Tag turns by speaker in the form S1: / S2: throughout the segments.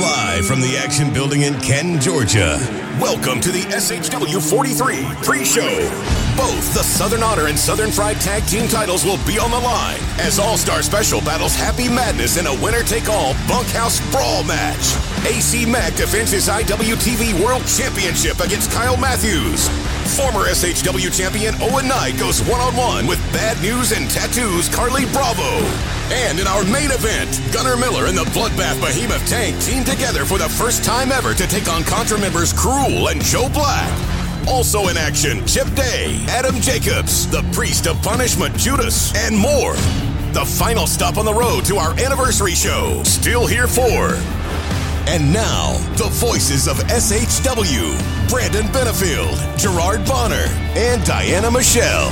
S1: Live from the Action Building in Canton, Georgia. Welcome to the SHW 43 pre show. Both the Southern Honor and Southern Fried Tag Team titles will be on the line as All Star Special battles Happy Madness in a winner take all bunkhouse brawl match. AC Mack defends his IWTV World Championship against Kyle Matthews. Former SHW champion Owen Knight goes one on one with Bad News and Tattoos Carly Bravo. And in our main event, Gunnar Miller and the Bloodbath Behemoth Tank team together for the first time ever to take on Contra members Cruel and Joe Black. Also in action, Chip Day, Adam Jacobs, the Priest of Punishment Judas, and more. The final stop on the road to our anniversary show, still here for. And now, the voices of SHW Brandon Benefield, Gerard Bonner, and Diana Michelle.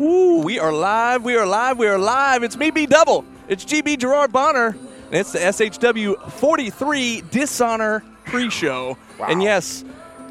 S2: Ooh, we are live, we are live, we are live. It's me, B Double. It's GB Gerard Bonner. And it's the SHW 43 Dishonor pre show. And yes,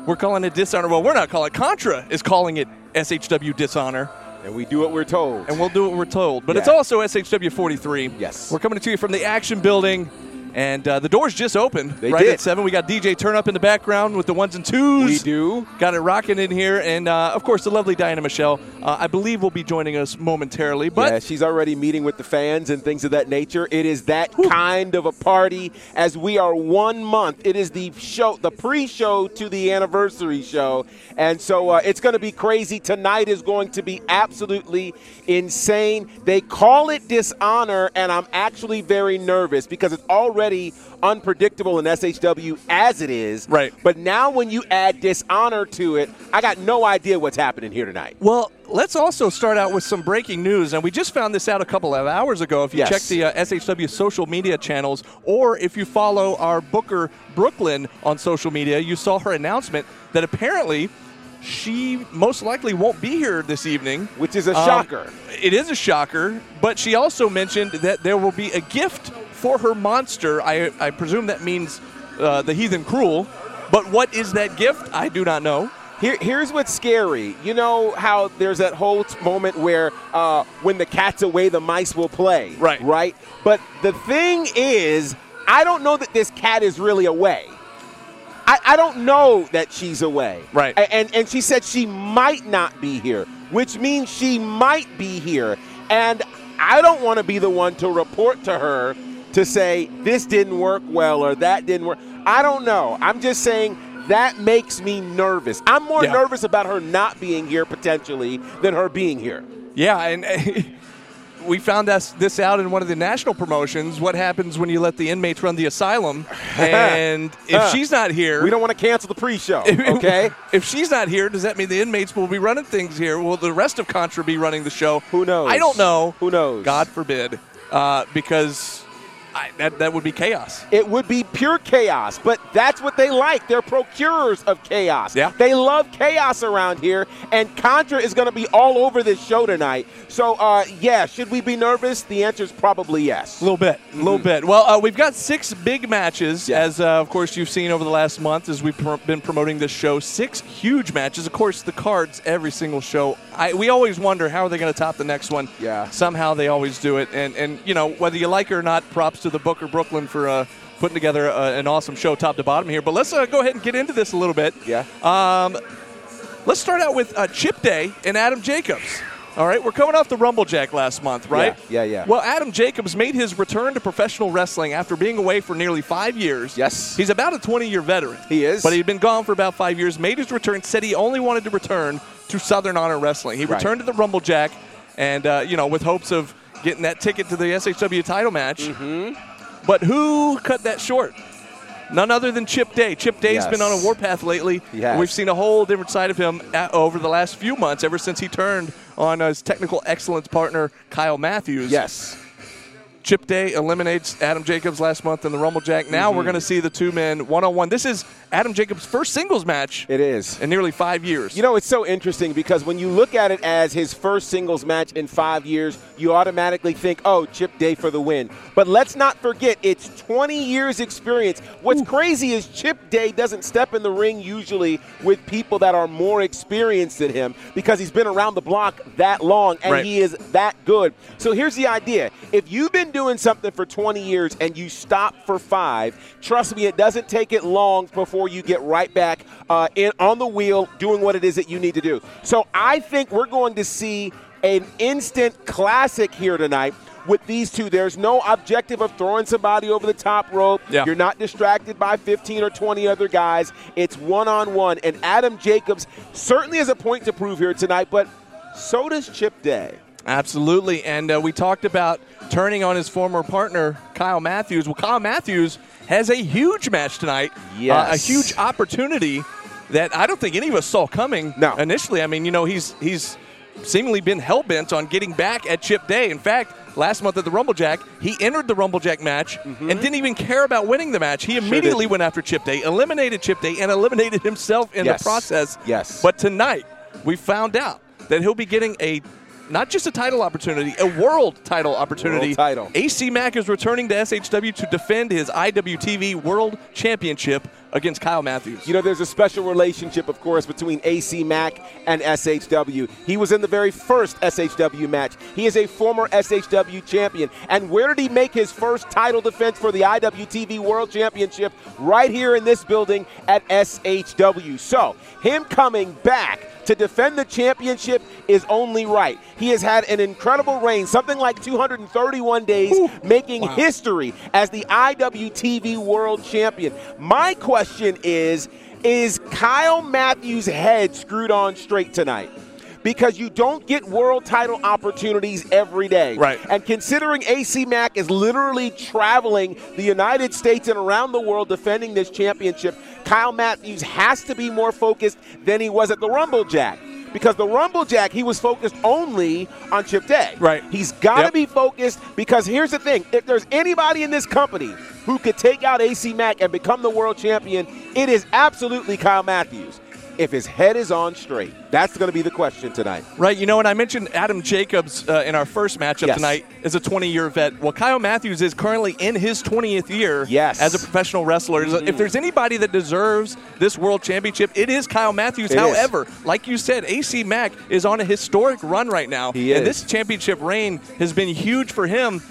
S2: we're calling it Dishonor. Well, we're not calling it. Contra is calling it SHW Dishonor.
S3: And we do what we're told.
S2: And we'll do what we're told. But it's
S3: Yeah.
S2: also SHW 43.
S3: Yes.
S2: We're coming to you from the action building. And uh, the doors just opened
S3: They
S2: right
S3: did.
S2: at 7. We got DJ Turn Up in the background with the ones and twos.
S3: we do.
S2: Got it rocking in here, and uh, of course the lovely Diana Michelle. Uh, I believe will be joining us momentarily, but
S3: yeah, she's already meeting with the fans and things of that nature. It is that kind of a party as we are one month. It is the show, the pre-show to the anniversary show, and so uh, it's going to be crazy. Tonight is going to be absolutely insane. They call it dishonor, and I'm actually very nervous because it's already unpredictable in SHW as it is.
S2: Right.
S3: But now when you add dishonor to it, I got no idea what's happening here tonight.
S2: well, let's also start out with some breaking news, and we just found this out a couple of hours ago. If you
S3: Yes.
S2: check the uh, SHW social media channels, or if you follow our Booker Brooklyn on social media, you saw her announcement that apparently she most likely won't be here this evening,
S3: Which is a
S2: Um,
S3: shocker.
S2: It is a shocker, but she also mentioned that there will be a gift for her monster. I, I presume that means uh, the heathen cruel, but what is that gift? I do not know.
S3: Here, here's what's scary. You know how there's that whole t- moment where uh, when the cat's away, the mice will play.
S2: Right.
S3: Right. But the thing is, I don't know that this cat is really away. I, I don't know that she's away.
S2: Right.
S3: A- And, and she said she might not be here, which means she might be here. And I don't want to be the one to report to her to say this didn't work well or that didn't work. I don't know. I'm just saying that makes me nervous. I'm more
S2: Yeah.
S3: nervous about her not being here potentially than her being here.
S2: Yeah, and we found this, this out in one of the national promotions. What happens when you let the inmates run the asylum? And if
S3: Huh.
S2: she's not here,
S3: We don't want to cancel the pre-show, okay?
S2: If she's not here, does that mean the inmates will be running things here? Will the rest of Contra be running the show?
S3: Who knows?
S2: I don't know.
S3: Who knows?
S2: God forbid, uh, because I, that that would be chaos.
S3: It would be pure chaos, but that's what they like. They're procurers of chaos.
S2: Yeah.
S3: They love chaos around here, and Contra is going to be all over this show tonight. So, uh, yeah, should we be nervous? The answer is probably yes.
S2: A little bit, a little bit. Well, uh, we've got six big matches,
S3: Mm-hmm. Yeah.
S2: as uh, of course you've seen over the last month as we've pr- been promoting this show. Six huge matches. Of course, the cards every single show. I, we always wonder how are they going to top the next one.
S3: Yeah.
S2: Somehow they always do it, and and you know whether you like it or not, props to the Booker Brooklyn for uh, putting together uh, an awesome show, top to bottom here. But let's uh, go ahead and get into this a little bit.
S3: Yeah.
S2: Uh, Let's start out with uh, Chip Day and Adam Jacobs. All right, we're coming off the Rumble Jack last month, right?
S3: Yeah, yeah, yeah.
S2: Well, Adam Jacobs made his return to professional wrestling after being away for nearly five years.
S3: Yes.
S2: He's about a 20 year veteran.
S3: He is.
S2: But he'd been gone for about five years, made his return, said he only wanted to return to Southern Honor Wrestling. He
S3: Right.
S2: returned to the Rumble Jack and, uh, you know, with hopes of getting that ticket to the SHW title match. Mm-hmm. But who cut that short? None other than Chip Day. Chip Day's
S3: Yes.
S2: been on a warpath lately.
S3: He has.
S2: We've seen a whole different side of him at, over the last few months, ever since he turned on his technical excellence partner, Kyle Matthews.
S3: yes.
S2: Chip Day eliminates Adam Jacobs last month in the Rumble Jack. Now we're going to see the two men one on one. This is Adam Jacobs' first singles match
S3: It is.
S2: in nearly five years.
S3: You know, it's so interesting because when you look at it as his first singles match in five years, you automatically think, oh, Chip Day for the win. But let's not forget, it's 20 years' experience. What's crazy is Chip Day doesn't step in the ring usually with people that are more experienced than him because he's been around the block that long and
S2: Right.
S3: he is that good. So here's the idea if you've been doing something for 20 years and you stop for five, trust me, it doesn't take it long before you get right back uh, in, on the wheel doing what it is that you need to do. So I think we're going to see an instant classic here tonight. With these two, there's no objective of throwing somebody over the top rope.
S2: Yeah.
S3: You're not distracted by 15 or 20 other guys. It's one on one. And Adam Jacobs certainly has a point to prove here tonight, but so does Chip Day.
S2: Absolutely. And uh, we talked about turning on his former partner, Kyle Matthews. Well, Kyle Matthews has a huge match tonight. Uh,
S3: Yes.
S2: a huge opportunity that I don't think any of us saw coming
S3: No.
S2: initially. I mean, you know, he's he's seemingly been hell bent on getting back at Chip Day. In fact, last month at the Rumblejack, he entered the Rumblejack match and didn't even care about winning the match. He immediately
S3: Mm-hmm. didn't.
S2: went after Chip Day, eliminated Chip Day, and eliminated himself in
S3: Yes.
S2: the process.
S3: Yes.
S2: But tonight, we found out that he'll be getting a not just a title opportunity, a world title opportunity.
S3: World title.
S2: AC Mack is returning to SHW to defend his IWTV World Championship against Kyle Matthews.
S3: You know, there's a special relationship, of course, between AC Mack and SHW. He was in the very first SHW match. He is a former SHW champion. And where did he make his first title defense for the IWTV World Championship? Right here in this building at SHW. So, him coming back to defend the championship is only right. He has had an incredible reign, something like 231 days, making history as the IWTV World Champion. My question is Is Kyle Matthews' head screwed on straight tonight? Because you don't get world title opportunities every day.
S2: Right.
S3: And considering AC Mack is literally traveling the United States and around the world defending this championship, Kyle Matthews has to be more focused than he was at the Rumble Jack. Because the Rumble Jack, he was focused only on Chip Day.
S2: Right.
S3: He's got to
S2: Yep.
S3: be focused because here's the thing if there's anybody in this company who could take out AC Mack and become the world champion, it is absolutely Kyle Matthews. If his head is on straight, that's going to be the question tonight.
S2: Right, you know, and I mentioned Adam Jacobs uh, in our first matchup
S3: Yes.
S2: tonight is a 20 year vet. Well, Kyle Matthews is currently in his 20th year
S3: Yes.
S2: as a professional wrestler. If there's anybody that deserves this world championship, it is Kyle Matthews.
S3: It is.
S2: However, like you said, AC Mack is on a historic run right now.
S3: He
S2: And
S3: is.
S2: this championship reign has been huge for him.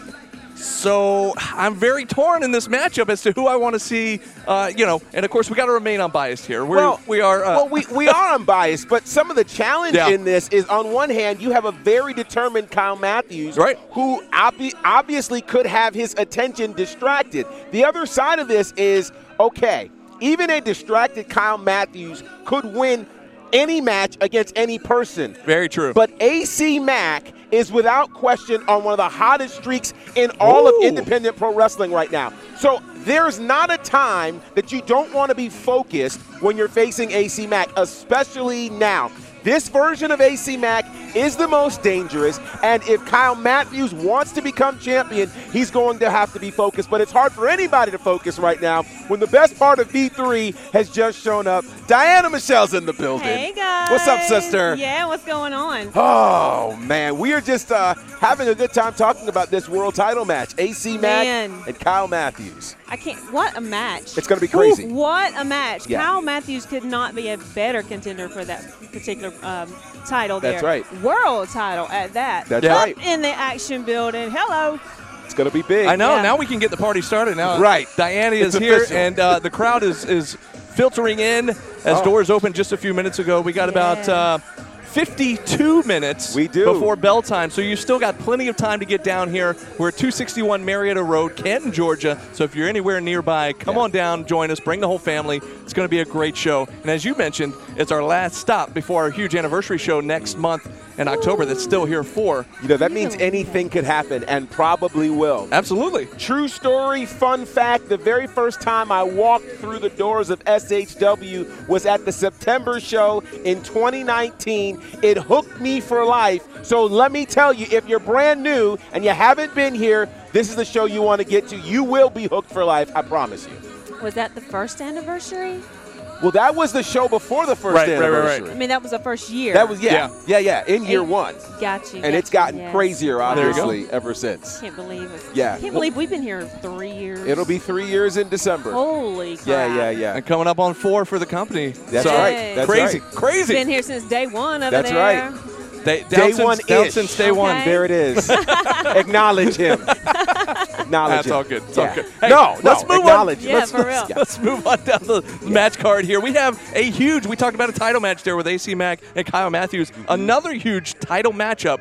S2: So I'm very torn in this matchup as to who I want to see, uh, you know. And of course, we got to remain unbiased here. We're, we are. Uh,
S3: well, we, we are unbiased, but some of the challenge
S2: Yeah.
S3: in this is on one hand, you have a very determined Kyle Matthews,
S2: Right.
S3: who obvi- obviously could have his attention distracted. The other side of this is okay, even a distracted Kyle Matthews could win any match against any person.
S2: very true.
S3: But AC Mack is without question on one of the hottest streaks in all
S2: Ooh.
S3: of independent pro wrestling right now. So there's not a time that you don't want to be focused when you're facing AC Mack, especially now. This version of AC Mack is the most dangerous, and if Kyle Matthews wants to become champion, he's going to have to be focused. But it's hard for anybody to focus right now when the best part of V3 has just shown up. Diana Michelle's in the building.
S4: Hey guys.
S3: What's up, sister?
S4: Yeah, what's going on?
S3: Oh man, we are just uh, having a good time talking about this world title match. AC Mack
S4: Man.
S3: and Kyle Matthews.
S4: I can't. What a match!
S3: It's gonna be crazy.
S4: Ooh, what a match!
S3: Yeah.
S4: Kyle Matthews could not be a better contender for that particular um, title.
S3: That's
S4: there.
S3: right.
S4: World title at that.
S3: That's
S2: Yeah.
S3: right.
S4: Up in the action building. Hello.
S3: It's gonna be big.
S2: I know.
S4: Yeah.
S2: Now we can get the party started. Now,
S3: Right.
S2: Diana is
S3: It's
S2: here,
S3: official.
S2: and uh, the crowd is is filtering in as
S3: Oh.
S2: doors opened just a few minutes ago. We got about.
S4: Yeah.
S2: Uh, 52 minutes
S3: We do.
S2: before bell time, so you've still got plenty of time to get down here. We're at 261 Marietta Road, Canton, Georgia. So if you're anywhere nearby, come
S3: Yeah.
S2: on down, join us, bring the whole family. It's going to be a great show. And as you mentioned, it's our last stop before our huge anniversary show next month in October that's still here for.
S3: You know, that means anything could happen and probably will.
S2: Absolutely.
S3: True story, fun fact the very first time I walked through the doors of SHW was at the September show in 2019. It hooked me for life. So let me tell you if you're brand new and you haven't been here, this is the show you want to get to. You will be hooked for life, I promise you.
S4: Was that the first anniversary?
S3: Well, that was the show before the first
S2: Right, right, right, right.
S3: anniversary.
S4: I mean, that was the first year.
S3: That was, yeah, yeah, yeah, in year one.
S4: Got you.
S3: And
S4: got
S3: it's
S4: you,
S3: gotten
S4: yes.
S3: crazier,
S2: you
S4: Wow.
S2: go.
S3: obviously, ever since.
S4: Can't believe it.
S3: Yeah.
S4: Can't believe we've been here three years.
S3: It'll be three years in December.
S4: Holy crap.
S3: yeah, yeah, yeah.
S2: And coming up on four for the company.
S3: That's
S2: So,
S3: right. That's
S2: crazy,
S3: right.
S2: crazy.
S4: Been here since day one of
S3: That's
S4: there.
S3: right.
S2: They, down since-
S3: one-ish.
S2: down since day one.
S4: Okay.
S3: There it is. acknowledge him. acknowledge
S2: That's
S3: him.
S2: all good. It's all
S3: Yeah.
S2: good. Hey,
S3: no, no,
S2: let's move on.
S3: acknowledge.
S4: Yeah,
S3: let's,
S4: for
S3: let's-
S4: real.
S3: yeah.
S2: Let's move on down the match card here. We have a huge, we talked about a title match there with AC Mack and Kyle Matthews. Another huge title matchup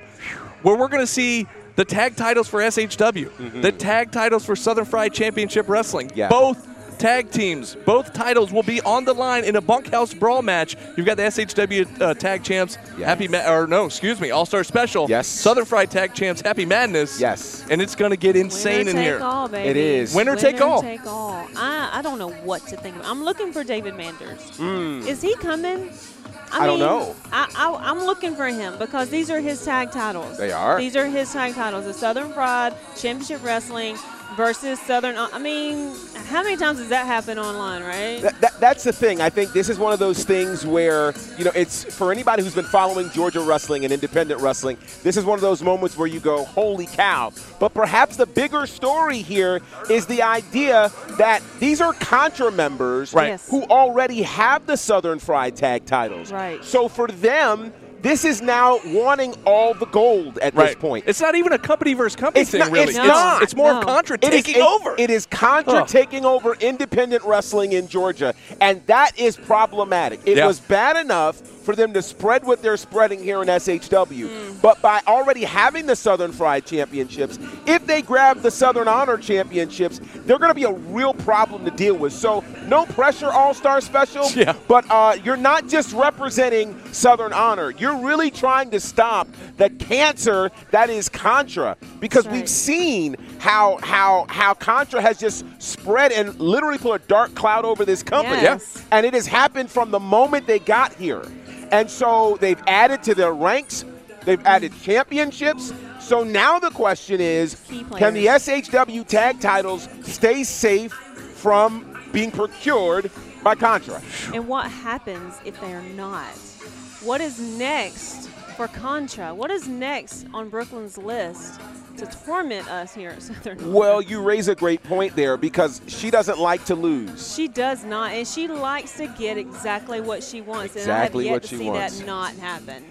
S2: where we're going to see the tag titles for SHW, the tag titles for Southern Fried Championship Wrestling.
S3: Mm-hmm. Yeah.
S2: Both tag teams, both titles will be on the line in a bunkhouse brawl match. You've got the SHW uh, tag champs,
S3: Yes.
S2: Happy Ma- or no, excuse me, All Star Special.
S3: Yes.
S2: Southern Fried tag champs, Happy Madness.
S3: Yes.
S2: And it's going to get insane
S4: Winner
S2: in
S4: take
S2: here.
S4: All, baby.
S3: It is.
S2: Winner take all.
S4: take all. I, I don't know what to think. Of. I'm looking for David Manders. Is he coming? I,
S3: Mm. I don't
S4: mean,
S3: know.
S4: I, I, I'm looking for him because these are his tag titles.
S3: They are.
S4: These are his tag titles: the Southern Pride Championship Wrestling versus Southern. uh, I mean, how many times does that happen online, right?
S3: That, that, that's the thing. I think this is one of those things where, you know, it's for anybody who's been following Georgia wrestling and independent wrestling, this is one of those moments where you go, holy cow. But perhaps the bigger story here is the idea that these are Contra members
S2: Right.
S4: Yes.
S3: who already have the Southern Fried Tag titles.
S4: Right.
S3: So for them, this is now wanting all the gold at this point.
S2: It's not even a company versus company
S3: It's
S2: thing,
S3: not-
S2: really.
S3: it's not.
S2: it's more of
S4: No.
S2: Contra
S3: It is-
S2: taking
S3: it-
S2: over.
S3: It is Contra
S2: Huh.
S3: taking over independent wrestling in Georgia, and that is problematic. It
S2: Yeah.
S3: was bad enough for them to spread what they're spreading here in SHW,
S4: Mm.
S3: but by already having the Southern Fried Championships, if they grab the Southern Honor Championships, they're going to be a real problem to deal with. So no pressure, All Star Special.
S2: Yeah.
S3: But uh, you're not just representing Southern Honor. You're really trying to stop the cancer that is Contra because
S4: That's
S3: we've
S4: right.
S3: seen how how how Contra has just spread and literally put a dark cloud over this company.
S4: Yes. Yeah.
S3: And it has happened from the moment they got here. And so they've added to their ranks, they've added championships. So now the question is
S4: Key
S3: can the
S4: players.
S3: SHW tag titles stay safe from being procured by Contra?
S4: And what happens if they are not? What is next for Contra? What is next on Brooklyn's list to torment us here at Southern?
S3: Well, you raise a great point there because she doesn't like to lose.
S4: She does not, and she likes to get exactly what she wants.
S3: Exactly
S4: and I have yet
S3: what
S4: to
S3: she
S4: see
S3: wants.
S4: that not happen.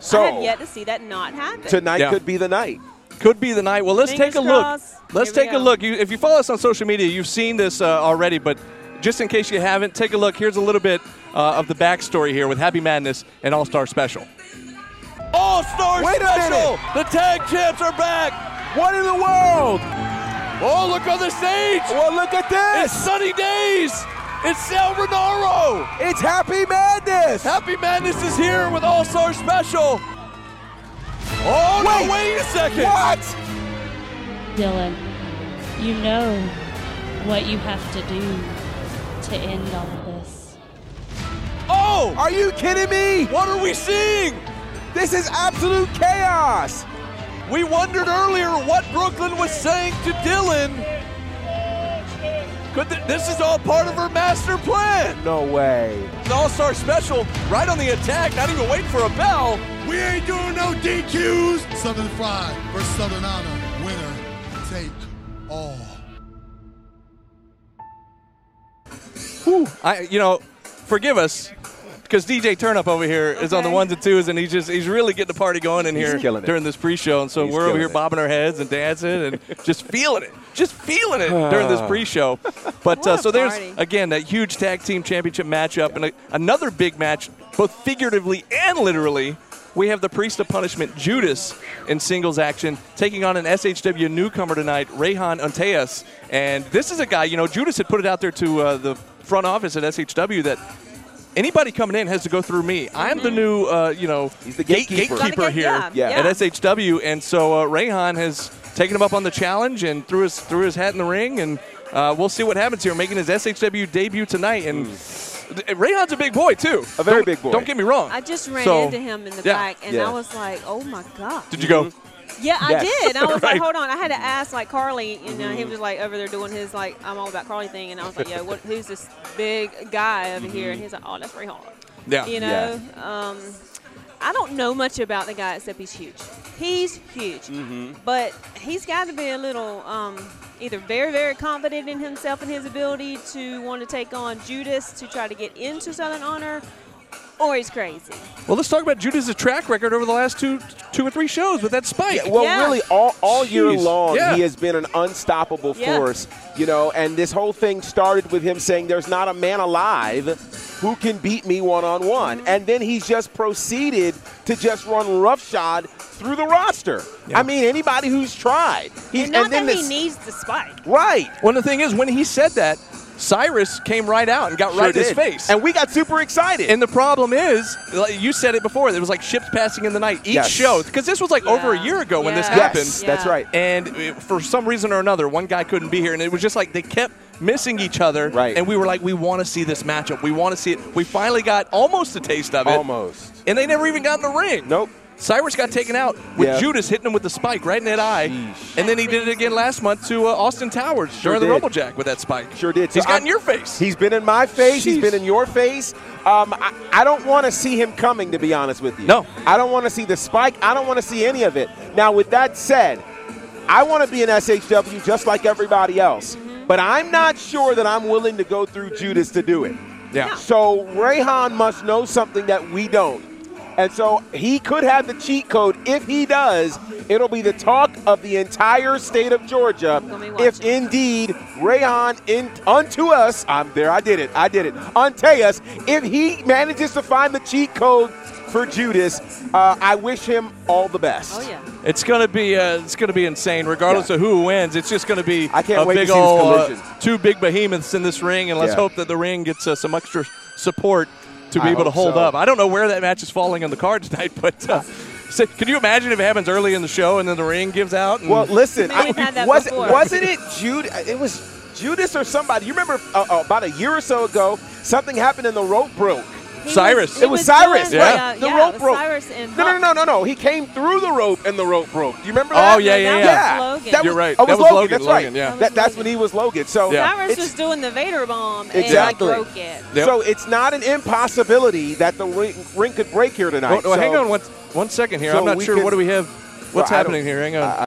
S3: So
S4: I have yet to see that not happen.
S3: tonight
S2: Yeah.
S3: could be the night.
S2: Could be the night. Well, let's take
S4: Fingers
S2: a look.
S4: crossed.
S2: Let's
S4: Here we
S2: take a
S4: go.
S2: look. You, if you follow us on social media, you've seen this uh, already, but just in case you haven't, take a look. Here's a little bit uh, of the backstory here with Happy Madness and All Star Special. All Star
S3: Wait a
S2: Special!
S3: minute.
S2: The tag champs are back!
S3: What in the world?
S2: Oh, look on the stage!
S3: Well, look at
S2: It's
S3: this.
S2: sunny days! It's Sal Renaro!
S3: It's Happy Madness.
S2: Happy Madness is here with All Star Special. Oh
S3: Wait.
S2: no! Wait a second.
S3: What?
S5: Dylan, you know what you have to do to end all of this.
S2: Oh!
S3: Are you kidding me?
S2: What are we seeing?
S3: This is absolute chaos.
S2: We wondered earlier what Brooklyn was saying to Dylan. Could th- this is all part of her master plan?
S3: No way.
S2: The All Star Special, right on the attack. Not even waiting for a bell.
S6: We ain't doing no DQs. Southern Fried versus Southern Honor. Winner take all.
S2: I, you know, forgive us. Because DJ Turnup over here is on the
S4: Okay.
S2: ones and twos, and he's just he's really getting the party going in
S3: He's
S2: here
S3: killing it.
S2: during this pre-show, and so
S3: He's
S2: we're over
S3: killing
S2: here
S3: it.
S2: bobbing our heads and dancing and just feeling it, just feeling it during this pre-show. But
S4: What
S2: uh,
S4: a
S2: so there's
S4: party.
S2: again that huge tag team championship matchup and a, another big match, both figuratively and literally. We have the Priest of Punishment Judas in singles action taking on an SHW newcomer tonight, Rayhan Anteas. And this is a guy, you know, Judas had put it out there to uh, the front office at SHW that anybody coming in has to go through me. I'm the new, uh, you know,
S3: Mm-hmm. He's the
S2: gate-
S3: gatekeeper.
S2: gatekeeper
S4: Gotta get-
S2: here
S4: yeah, Yeah.
S2: at
S4: yeah.
S2: SHW, and so uh, Rayhan has taken him up on the challenge and threw his threw his hat in the ring, and uh, we'll see what happens here. Making his SHW debut tonight, and Rayhan's a big boy too.
S3: A very
S2: Don't-
S3: Hmm. big boy.
S2: Don't get me wrong.
S4: I just ran
S2: So,
S4: into him in the
S2: yeah.
S4: back, and
S3: Yeah.
S4: I was like, "Oh my god!"
S2: Did you go?
S3: Mm-hmm.
S4: Yeah, I
S3: Yes. Mm.
S4: did. And I was
S2: Right.
S4: like, "Hold on!" I had to ask like Carly, and uh, he was like over there doing his like "I'm all about Carly" thing, and I was like, "Yo, what, who's this big guy over here?"
S3: Mm-hmm.
S4: And he's like, "Oh, that's Ray Hall."
S2: Yeah.
S4: You know, um, I don't know much about the guy except he's huge. He's huge,
S3: Mm-hmm.
S4: but he's got to be a little um, either very, very confident in himself and his ability to want to take on Judas to try to get into Southern Honor, or he's crazy.
S2: Well, let's talk about Judah's track record over the last two, two or three shows with that spike.
S3: Well,
S4: Yeah.
S3: really, all, all year
S2: Jeez.
S3: long,
S2: Yeah.
S3: he has been an unstoppable
S4: Yeah.
S3: force, you know. And this whole thing started with him saying, "There's not a man alive who can beat me one on one," and then he's just proceeded to just run roughshod through the roster.
S2: Yeah.
S3: I mean, anybody who's tried, he's
S4: And not
S3: and then
S4: that
S3: this,
S4: he needs the spike.
S3: right.
S2: Well, the thing is, when he said that, Cyrus came right out and got
S3: Sure
S2: right in his
S3: did.
S2: face.
S3: And we got super excited.
S2: And the problem is, like, you said it before, there was like ships passing in the night each
S3: Yes.
S2: show. Because this was like over a
S4: Yeah.
S2: year ago when this
S4: Yeah.
S3: yes,
S2: happened.
S3: that's
S4: Yeah.
S3: right.
S2: And uh, for some reason or another, one guy couldn't be here. And it was just like they kept missing each other.
S3: Right.
S2: And we were like, we want to see this matchup. We want to see it. We finally got almost a taste of it.
S3: Almost.
S2: And they never even got in the ring.
S3: Nope.
S2: Cyrus got taken out with
S3: Yeah.
S2: Judas hitting him with the spike right in that eye. And then he did it again last month to uh, Austin Towers during
S3: did.
S2: the Rumble Jack with that spike.
S3: Sure did.
S2: He's
S3: So
S2: got
S3: I'm-
S2: in your face.
S3: He's been in my face. He's
S2: Jeez.
S3: been in your face. Um, I, I don't want to see him coming, to be honest with you.
S2: No.
S3: I don't want to see the spike. I don't want to see any of it. Now, with that said, I want to be an SHW just like everybody else, but I'm not sure that I'm willing to go through Judas to do it.
S2: yeah.
S3: So Rayhan must know something that we don't. And so he could have the cheat code. If he does, it'll be the talk of the entire state of Georgia.
S4: Gonna be watching.
S3: If indeed Rayhan in, unto us, I'm there, I did it, I did it, unto us, if he manages to find the cheat code for Judas, uh, I wish him all the best.
S4: Oh yeah.
S2: It's gonna be uh, it's gonna be insane. Regardless
S3: Yeah.
S2: of who wins, it's just gonna be
S3: I can't
S2: a
S3: wait to
S2: big
S3: see this
S2: old
S3: collision.
S2: uh, two big behemoths in this ring, and let's
S3: Yeah.
S2: hope that the ring gets uh, some extra support to be
S3: I
S2: able to
S3: hope
S2: hold
S3: so.
S2: up. I don't know where that match is falling on the card tonight, but uh, so- can you imagine if it happens early in the show and then the ring gives out? And
S3: Well, listen,
S4: Man, we've
S3: I-
S4: had that
S3: was,
S4: before.
S3: wasn't it Jude? It was Judas or somebody. You remember uh, uh, about a year or so ago, something happened and the rope broke.
S4: He
S2: Cyrus.
S4: he
S3: It was Cyrus,
S4: doing
S2: Yeah.
S3: right?
S4: the, uh,
S3: The
S4: yeah, it
S3: rope
S4: was
S3: broke.
S4: Cyrus and
S3: No, no,
S4: Hulk.
S3: no, no, no. He came through the rope and the rope broke. Do you remember
S2: Oh,
S3: that?
S2: yeah, yeah,
S4: That
S2: yeah.
S4: was Logan.
S3: That
S2: You're
S3: was,
S2: right.
S3: Oh, it
S2: That
S3: was
S2: was
S3: Logan.
S2: Logan,
S3: That's
S2: Logan,
S3: right.
S2: yeah.
S4: That
S3: That,
S4: was
S3: that's
S4: Logan.
S3: when he was Logan. So
S2: Yeah.
S4: Cyrus
S3: it's-
S4: was doing the Vader bomb
S3: Exactly.
S4: and broke it.
S2: Yep.
S3: So it's not an impossibility that the ring, ring could break here tonight.
S2: Oh, no,
S3: So-
S2: hang on one one second here.
S3: so
S2: I'm not
S3: we
S2: sure
S3: can-
S2: what do we have. What's
S3: Well, I don't-
S2: happening here? Hang on.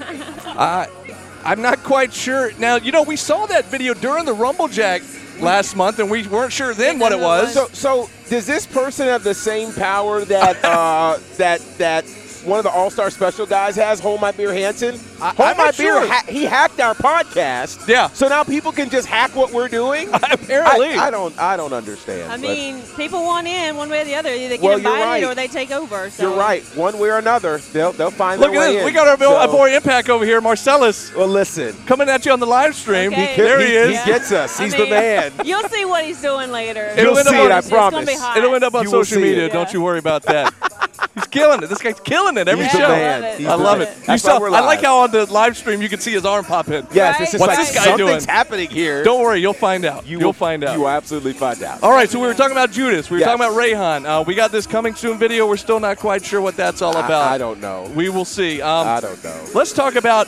S2: Uh, I'm not quite sure. Now, you know, we saw that video during the Rumble Jack last month, and we weren't sure then what it was.
S3: So, so does this person have the same power that uh, that that one of the All Star Special guys has? Hold my beer, Hanson.
S2: I-
S3: Hold
S2: I'm
S3: my
S2: not
S3: beer.
S2: sure.
S3: Ha- he hacked our podcast.
S2: Yeah.
S3: So now people can just hack what we're doing.
S2: Apparently.
S3: I, I don't. I don't understand.
S4: I
S3: but
S4: mean, people want in one way or the other. Either they get
S3: Well, you're
S4: invited
S3: right.
S4: or they take over. So.
S3: you're right. One way or another, they'll they'll find
S2: Look
S3: their
S2: at
S3: way
S2: this.
S3: in.
S2: We got our,
S3: So-
S2: our boy Impact over here, Marcellus,
S3: Well, listen.
S2: coming at you on the live stream.
S4: Okay. He could-
S2: There he,
S3: he-
S2: is.
S4: Yeah.
S3: gets us.
S4: I
S3: He's the
S4: mean,
S3: man.
S4: You'll see what he's doing later.
S2: You'll see it, I
S4: It's gonna
S3: promise.
S4: be hot.
S2: It'll end up on
S3: You will
S2: social
S3: see
S2: media.
S3: it.
S2: Don't
S4: Yeah.
S2: you worry about that. He's killing it. This guy's killing it every
S3: He's
S4: Yeah,
S3: the
S4: I
S2: show.
S3: man.
S4: love it.
S3: He's
S2: I
S3: the
S2: love
S3: man.
S2: it. You
S3: That's why
S2: saw,
S3: we're
S2: I like
S3: live.
S2: how on the live stream you can see his arm pop in.
S3: Yes,
S4: Right,
S3: it's just
S2: What's
S3: like
S2: this guy doing?
S3: something's happening here.
S2: Don't worry, you'll find out. You will,
S3: will-
S2: find out. Oh.
S3: You will absolutely find out.
S2: All right, so we were talking about Judas. We were
S3: Yes.
S2: talking about Rayhan. Uh, we got this coming soon video. We're still not quite sure what that's all
S3: I-
S2: about.
S3: I don't know.
S2: We will see. Um,
S3: I don't know.
S2: Let's talk about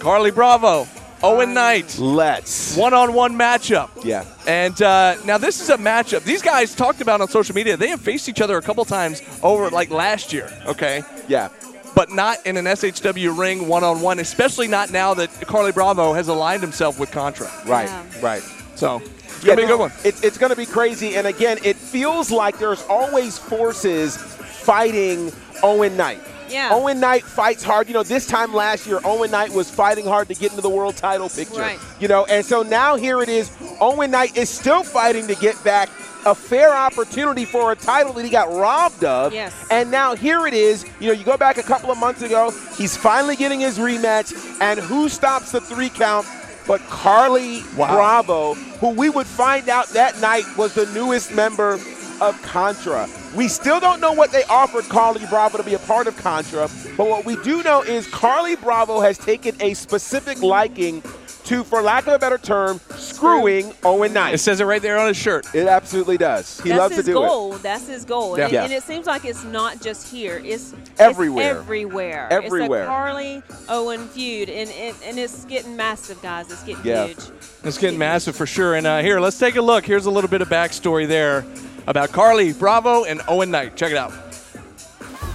S2: Carly Bravo, Owen Knight,
S3: Let's.
S2: one-on-one matchup.
S3: Yeah.
S2: And uh, now this is a matchup. These guys talked about on social media. They have faced each other a couple times over like last year. Okay.
S3: Yeah.
S2: But not in an SHW ring one-on-one, especially not now that Carly Bravo has aligned himself with Contra.
S3: Right.
S4: Yeah.
S3: Right.
S2: So it's gonna be a
S3: no,
S2: good one.
S3: It, it's going to be crazy. And again, it feels like there's always forces fighting Owen Knight.
S4: Yeah.
S3: Owen Knight fights hard. You know, this time last year, Owen Knight was fighting hard to get into the world title picture.
S4: Right.
S3: You know, and so now here it is. Owen Knight is still fighting to get back a fair opportunity for a title that he got robbed of.
S4: Yes.
S3: And now here it is. You know, you go back a couple of months ago, he's finally getting his rematch. And who stops the three count but Carly
S2: Wow.
S3: Bravo, who we would find out that night was the newest member of Contra. We still don't know what they offered Carly Bravo to be a part of Contra, but what we do know is Carly Bravo has taken a specific liking to, for lack of a better term, screwing Owen
S2: It
S3: Knight.
S2: says it right there on his shirt.
S3: It absolutely does. He
S4: That's
S3: loves to
S4: his
S3: do it.
S4: goal. That's his goal. And,
S2: Yeah.
S4: and it seems like it's not just here. It's it's
S3: Everywhere.
S4: everywhere.
S3: Everywhere.
S4: It's a Carly Owen feud, and, and and it's getting massive, guys. It's getting
S3: Yeah.
S4: huge.
S2: It's getting massive for sure. And uh, here, let's take a look. Here's a little bit of backstory there about Carly Bravo and Owen Knight. Check it out.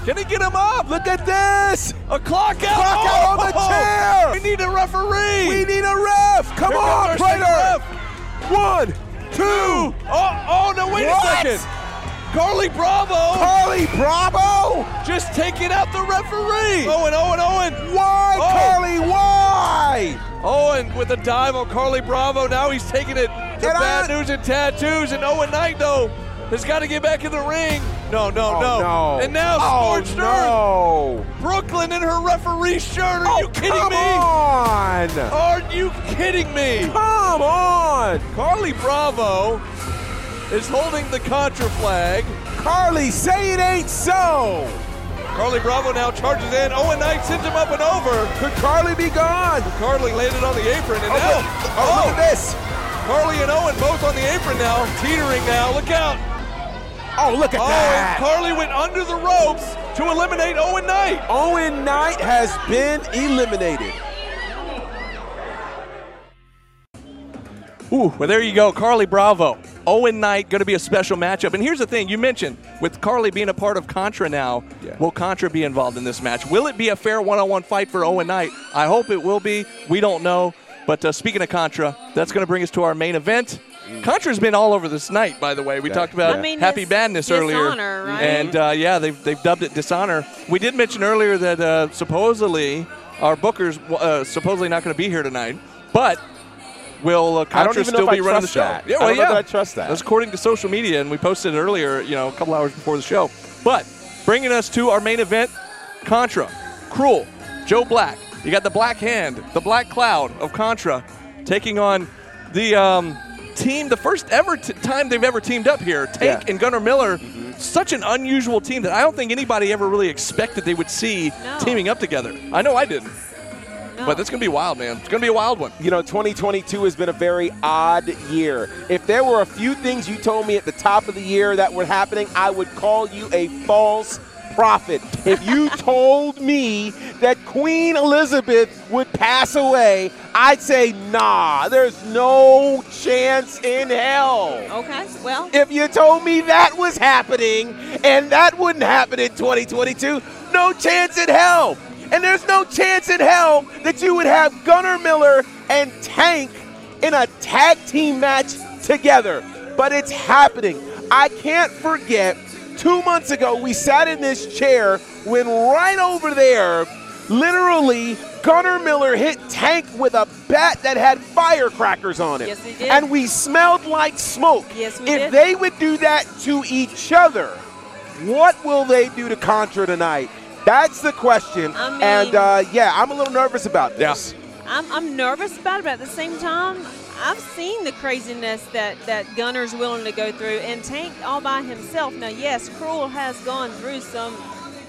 S2: Can he get him up? Look at this! A clock out! Oh!
S3: Clock out on the chair!
S2: We need a referee!
S3: We need a ref. Come
S2: Here
S3: on,
S2: comes our second
S3: Prater.
S2: ref.
S3: One, two.
S2: Oh, oh, no, wait
S3: What?
S2: a second! Carly Bravo!
S3: Carly Bravo.
S2: Just taking out the referee! Owen, Owen, Owen!
S3: Why,
S2: Oh.
S3: Carly? Why?
S2: Owen with a dive on Carly Bravo. Now he's taking it to
S3: Get
S2: bad
S3: on.
S2: news and tattoos. And Owen Knight, though, has got to get back in the ring. No, no,
S3: Oh,
S2: no.
S3: no.
S2: And now
S3: oh,
S2: scorched earth.
S3: no.
S2: Brooklyn in her referee shirt. Are
S3: Oh,
S2: you kidding
S3: come
S2: me? Oh.
S3: on.
S2: Are you kidding me?
S3: Come on.
S2: Carly Bravo is holding the contra flag.
S3: Carly, say it ain't so.
S2: Carly Bravo now charges in. Owen Knight sends him up and over.
S3: Could Carly be gone?
S2: Carly landed on the apron and
S3: Oh,
S2: now.
S3: look- oh, look at this.
S2: Carly and Owen both on the apron now, teetering now. Look out.
S3: Oh, look at
S2: Oh,
S3: that.
S2: and Carly went under the ropes to eliminate Owen Knight.
S3: Owen Knight has been eliminated.
S2: Ooh, well, there you go. Carly Bravo. oh Owen Knight going to be a special matchup. And here's the thing you mentioned with Carly being a part of Contra now,
S3: Yeah.
S2: will Contra be involved in this match? Will it be a fair one on one fight for Owen Knight? I hope it will be. We don't know. But uh, speaking of Contra, that's going to bring us to our main event. Contra's been all over this night, by the way. We
S3: Mm. Yeah.
S2: talked about
S4: I mean,
S2: Happy
S4: this-
S2: Badness earlier.
S4: Dishonor, right?
S2: And uh, yeah, they've, they've dubbed it Dishonor. We did mention earlier that uh, supposedly our Booker's uh, supposedly not going to be here tonight. But will uh,
S3: I don't
S2: Contra
S3: even know
S2: still
S3: if I
S2: be running the
S3: trust
S2: show?
S3: that. I don't know that I trust that.
S2: That's according to social media, and we posted it earlier, you know, a couple hours before the show. But bringing us to our main event, Contra, Cruel, Joe Black. You got the Black Hand, the Black Cloud of Contra, taking on the um, team, the first ever t- time they've ever teamed up here. Tank
S3: Yeah. Mm-hmm.
S2: and Gunnar Miller, such an unusual team that I don't think anybody ever really expected they would see
S4: No.
S2: teaming up together. I know I didn't,
S4: No.
S2: but it's going to be wild, man. It's going to be a wild one.
S3: You know, 2022 has been a very odd year. If there were a few things you told me at the top of the year that were happening, I would call you a false prophet. If you told me that Queen Elizabeth would pass away, I'd say, nah, there's no chance in hell.
S4: Oh, okay. Well,
S3: If you told me that was happening and that wouldn't happen in 2022, no chance in hell. And there's no chance in hell that you would have Gunnar Miller and Tank in a tag team match together. But it's happening. I can't forget two months ago, we sat in this chair when right over there, literally, Gunnar Miller hit Tank with a bat that had firecrackers on it.
S4: Yes, he did.
S3: And we smelled like smoke.
S4: Yes, we
S3: if
S4: did.
S3: they would do that to each other, what will they do to Contra tonight? That's the question.
S4: I mean-
S3: and uh, yeah, I'm a little nervous about
S2: Yeah.
S3: this.
S4: I'm, I'm nervous about it, but at the same time, I've seen the craziness that, that Gunner's willing to go through and Tank all by himself. Now, yes, Cruel has gone through some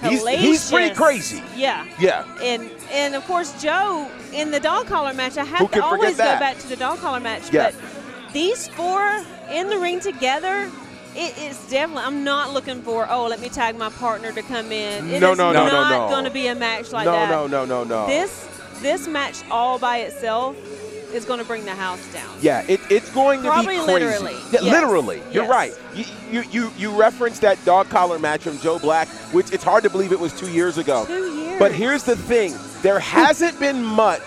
S3: He's- he's
S4: hellacious.
S3: pretty crazy.
S4: Yeah.
S3: Yeah.
S4: And and of course Joe in the dog collar match. I
S3: Who
S4: have
S3: can
S4: to
S3: forget
S4: always go
S3: that?
S4: back to the dog collar match.
S3: Yeah.
S4: But these four in the ring together. It is definitely. I'm not looking for. Oh, let me tag my partner to come in. It
S3: No,
S4: is
S3: no, no, no, no.
S4: not going to be a match like
S3: no,
S4: that.
S3: no, no, no, no.
S4: This this match all by itself is going to bring the house down.
S3: Yeah, it, it's going to
S4: Probably
S3: be crazy.
S4: literally,
S3: Yeah,
S4: yes.
S3: Literally, you're
S4: Yes.
S3: right. You, you you you referenced that dog collar match from Joe Black, which it's hard to believe it was two years ago.
S4: Two years.
S3: But here's the thing: there hasn't been much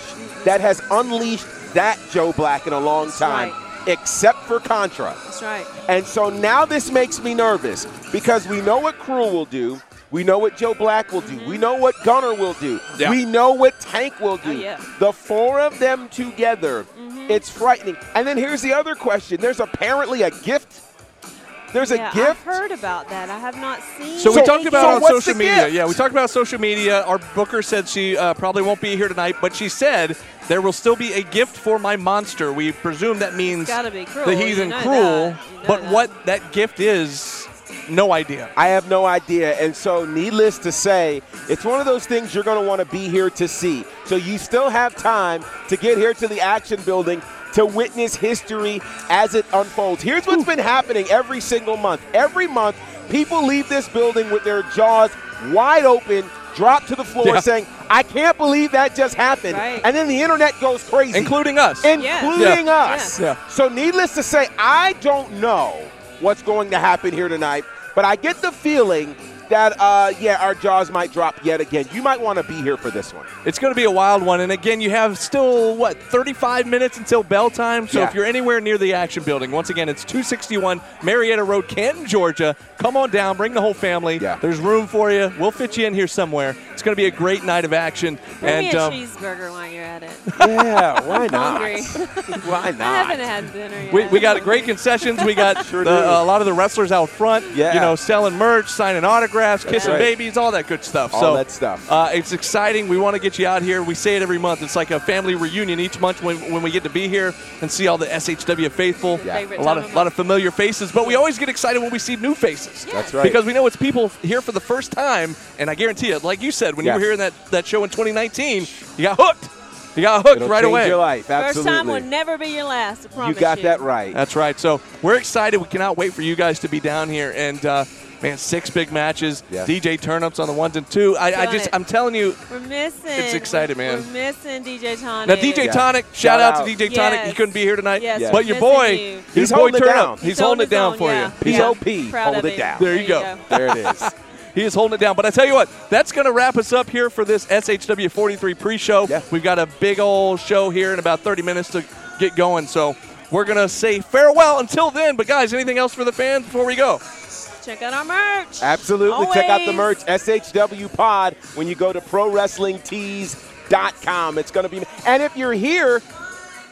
S3: that has unleashed that Joe Black in a long
S4: That's
S3: time.
S4: right.
S3: except for Contra.
S4: That's right.
S3: And so now this makes me nervous because we know what Crew will do. We know what Joe Black will do. We know what Gunner will do.
S2: Yeah.
S3: We know what Tank will do.
S4: Oh, yeah. Mm-hmm.
S3: The four of them together, it's frightening. And then here's the other question there's apparently a gift. There's
S4: yeah,
S3: a gift.
S4: I've heard about that. I have not seen.
S2: So we
S3: So-
S2: talked about
S3: so
S2: on
S3: what's
S2: social
S3: the
S2: media.
S3: gift?
S2: Yeah, we talked about social media. Our booker said she uh, probably won't be here tonight, but she said there will still be a gift for my monster. We presume that means
S4: gotta be Cruel.
S2: the heathen
S4: You know
S2: cruel,
S4: that. You know
S2: but
S4: that.
S2: what that gift is, no idea.
S3: I have no idea. And so, needless to say, it's one of those things you're going to want to be here to see. So, you still have time to get here to the action building to witness history as it unfolds. Here's what's been happening every single month. Every month, people leave this building with their jaws wide open, drop to the floor,
S2: Yeah.
S3: saying, I can't believe that just happened.
S4: Right.
S3: And then the internet goes crazy
S2: Including us.
S3: including
S2: Yeah.
S3: us.
S2: Yeah.
S3: So, needless to say, I don't know what's going to happen here tonight, but I get the feeling that, uh, yeah, our jaws might drop yet again. You might want to be here for this one.
S2: It's going to be a wild one. And again, you have still, what, 35 minutes until bell time? So
S3: Yeah.
S2: if you're anywhere near the action building, once again, it's 261 Marietta Road, Canton, Georgia. Come on down, bring the whole family.
S3: Yeah.
S2: There's room for you. We'll fit you in here somewhere. It's going to be a great night of action.
S4: Bring me
S2: and
S4: a
S2: um,
S4: cheeseburger while you're at it.
S3: Yeah, why not?
S4: hungry.
S3: Why
S4: I haven't
S3: not?
S4: had dinner yet.
S2: we, we got great concessions. We got
S3: Sure
S2: the, uh,
S3: do.
S2: a lot of the wrestlers out front,
S3: Yeah.
S2: you know, selling merch, signing autographs, kissing
S3: right.
S2: babies, all that good stuff.
S3: All
S2: so
S3: that stuff.
S2: Uh, it's exciting. We want to get you out here. We say it every month. It's like a family reunion each month when, when we get to be here and see all the SHW faithful.
S3: Yeah.
S4: Favorite
S2: A lot
S4: time
S2: of,
S4: of
S2: lot
S4: month.
S2: of familiar faces, but we always get excited when we see new faces.
S4: Yes. That's
S3: right.
S2: Because we know it's people here for the first time, and I guarantee it, like you said, when
S3: Yeah.
S2: you were here in that, that show in 2019, you got hooked. You got hooked
S3: It'll
S2: right
S3: change
S2: away.
S3: your life,
S4: First
S3: absolutely.
S4: time will never be your last.
S3: you
S4: I promise
S3: got that right.
S2: That's right. So we're excited. We cannot wait for you guys to be down here. And uh, man, six big matches.
S3: Yeah.
S2: DJ turnips on the ones and two. I, I
S4: Done
S2: just,
S4: it.
S2: I'm telling you.
S4: We're missing.
S2: It's excited, man.
S4: We're missing DJ Tonic.
S2: Now, DJ
S3: Yeah.
S2: Tonic,
S3: Shout
S2: shout, out,
S3: out.
S2: to DJ Tonic. He
S4: Yes.
S2: couldn't be here tonight.
S4: Yes,
S3: Yeah.
S2: But your
S4: missing
S2: boy,
S4: you.
S2: your
S3: He's
S2: boy
S3: holding it
S2: Turnup,
S3: down.
S2: he's, holding it
S4: his
S2: down
S4: own,
S2: for
S4: yeah.
S2: you.
S3: He's
S4: Yeah.
S3: OP.
S4: Proud
S3: Hold
S4: of
S3: it down.
S2: There you go.
S3: there it is.
S2: He is holding it down. But I tell you what, that's going to wrap us up here for this SHW 43 pre-show.
S3: Yeah.
S2: We've got a big old show here in about 30 minutes to get going. So we're going to say farewell until then. But guys, anything else for the fans before we go?
S4: Check out our merch.
S3: Absolutely. Check out the
S4: Always.
S3: merch, SHW Pod, when you go to ProWrestlingTees.com. It's going to be. And if you're here,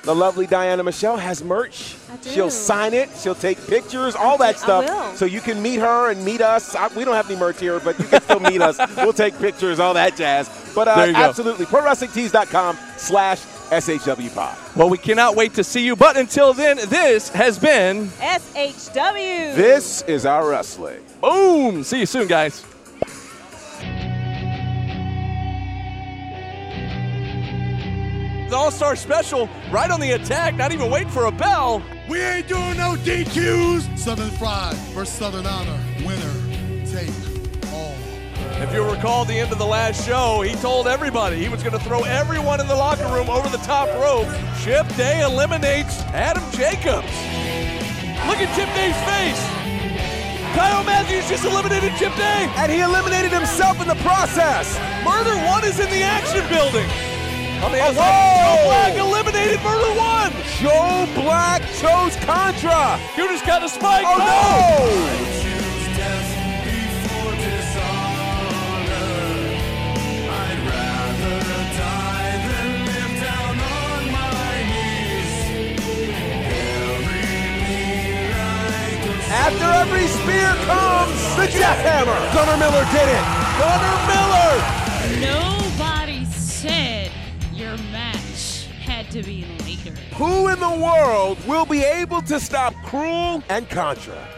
S3: the lovely Diana Michelle has merch.
S4: I do.
S3: She'll sign it, she'll take pictures, all that
S4: I
S3: stuff.
S4: will.
S3: So you can meet her and meet us. I, we don't have any merch here, but you can still meet us. We'll take pictures, all that jazz. But uh,
S2: There you go.
S3: absolutely, ProWrestlingTees.com slash SHW Pod.
S2: Well, we cannot wait to see you. But until then, this has been
S4: SHW.
S3: This is our wrestling.
S2: Boom. See you soon, guys. The All Star Special right on the attack, not even waiting for a bell.
S6: We ain't doing no DQs. Southern Fried versus Southern Honor. Winner take all.
S2: If you recall the end of the last show, he told everybody he was going to throw everyone in the locker room over the top rope. Chip Day eliminates Adam Jacobs. Look at Chip Day's face. Kyle Matthews just eliminated Chip Day.
S3: And he eliminated himself in the process.
S2: Murder One is in the action building. On the outside,
S3: Oh, whoa!
S2: Joe Black eliminated Murder One.
S3: Joe Black chose Contra.
S2: Cooter's got a spike.
S3: Oh, no! After every spear comes the jackhammer. Gunnar Miller did it. Gunnar Miller.
S5: Nobody said your match had to be legal.
S3: Who in the world will be able to stop Cruel and Contra?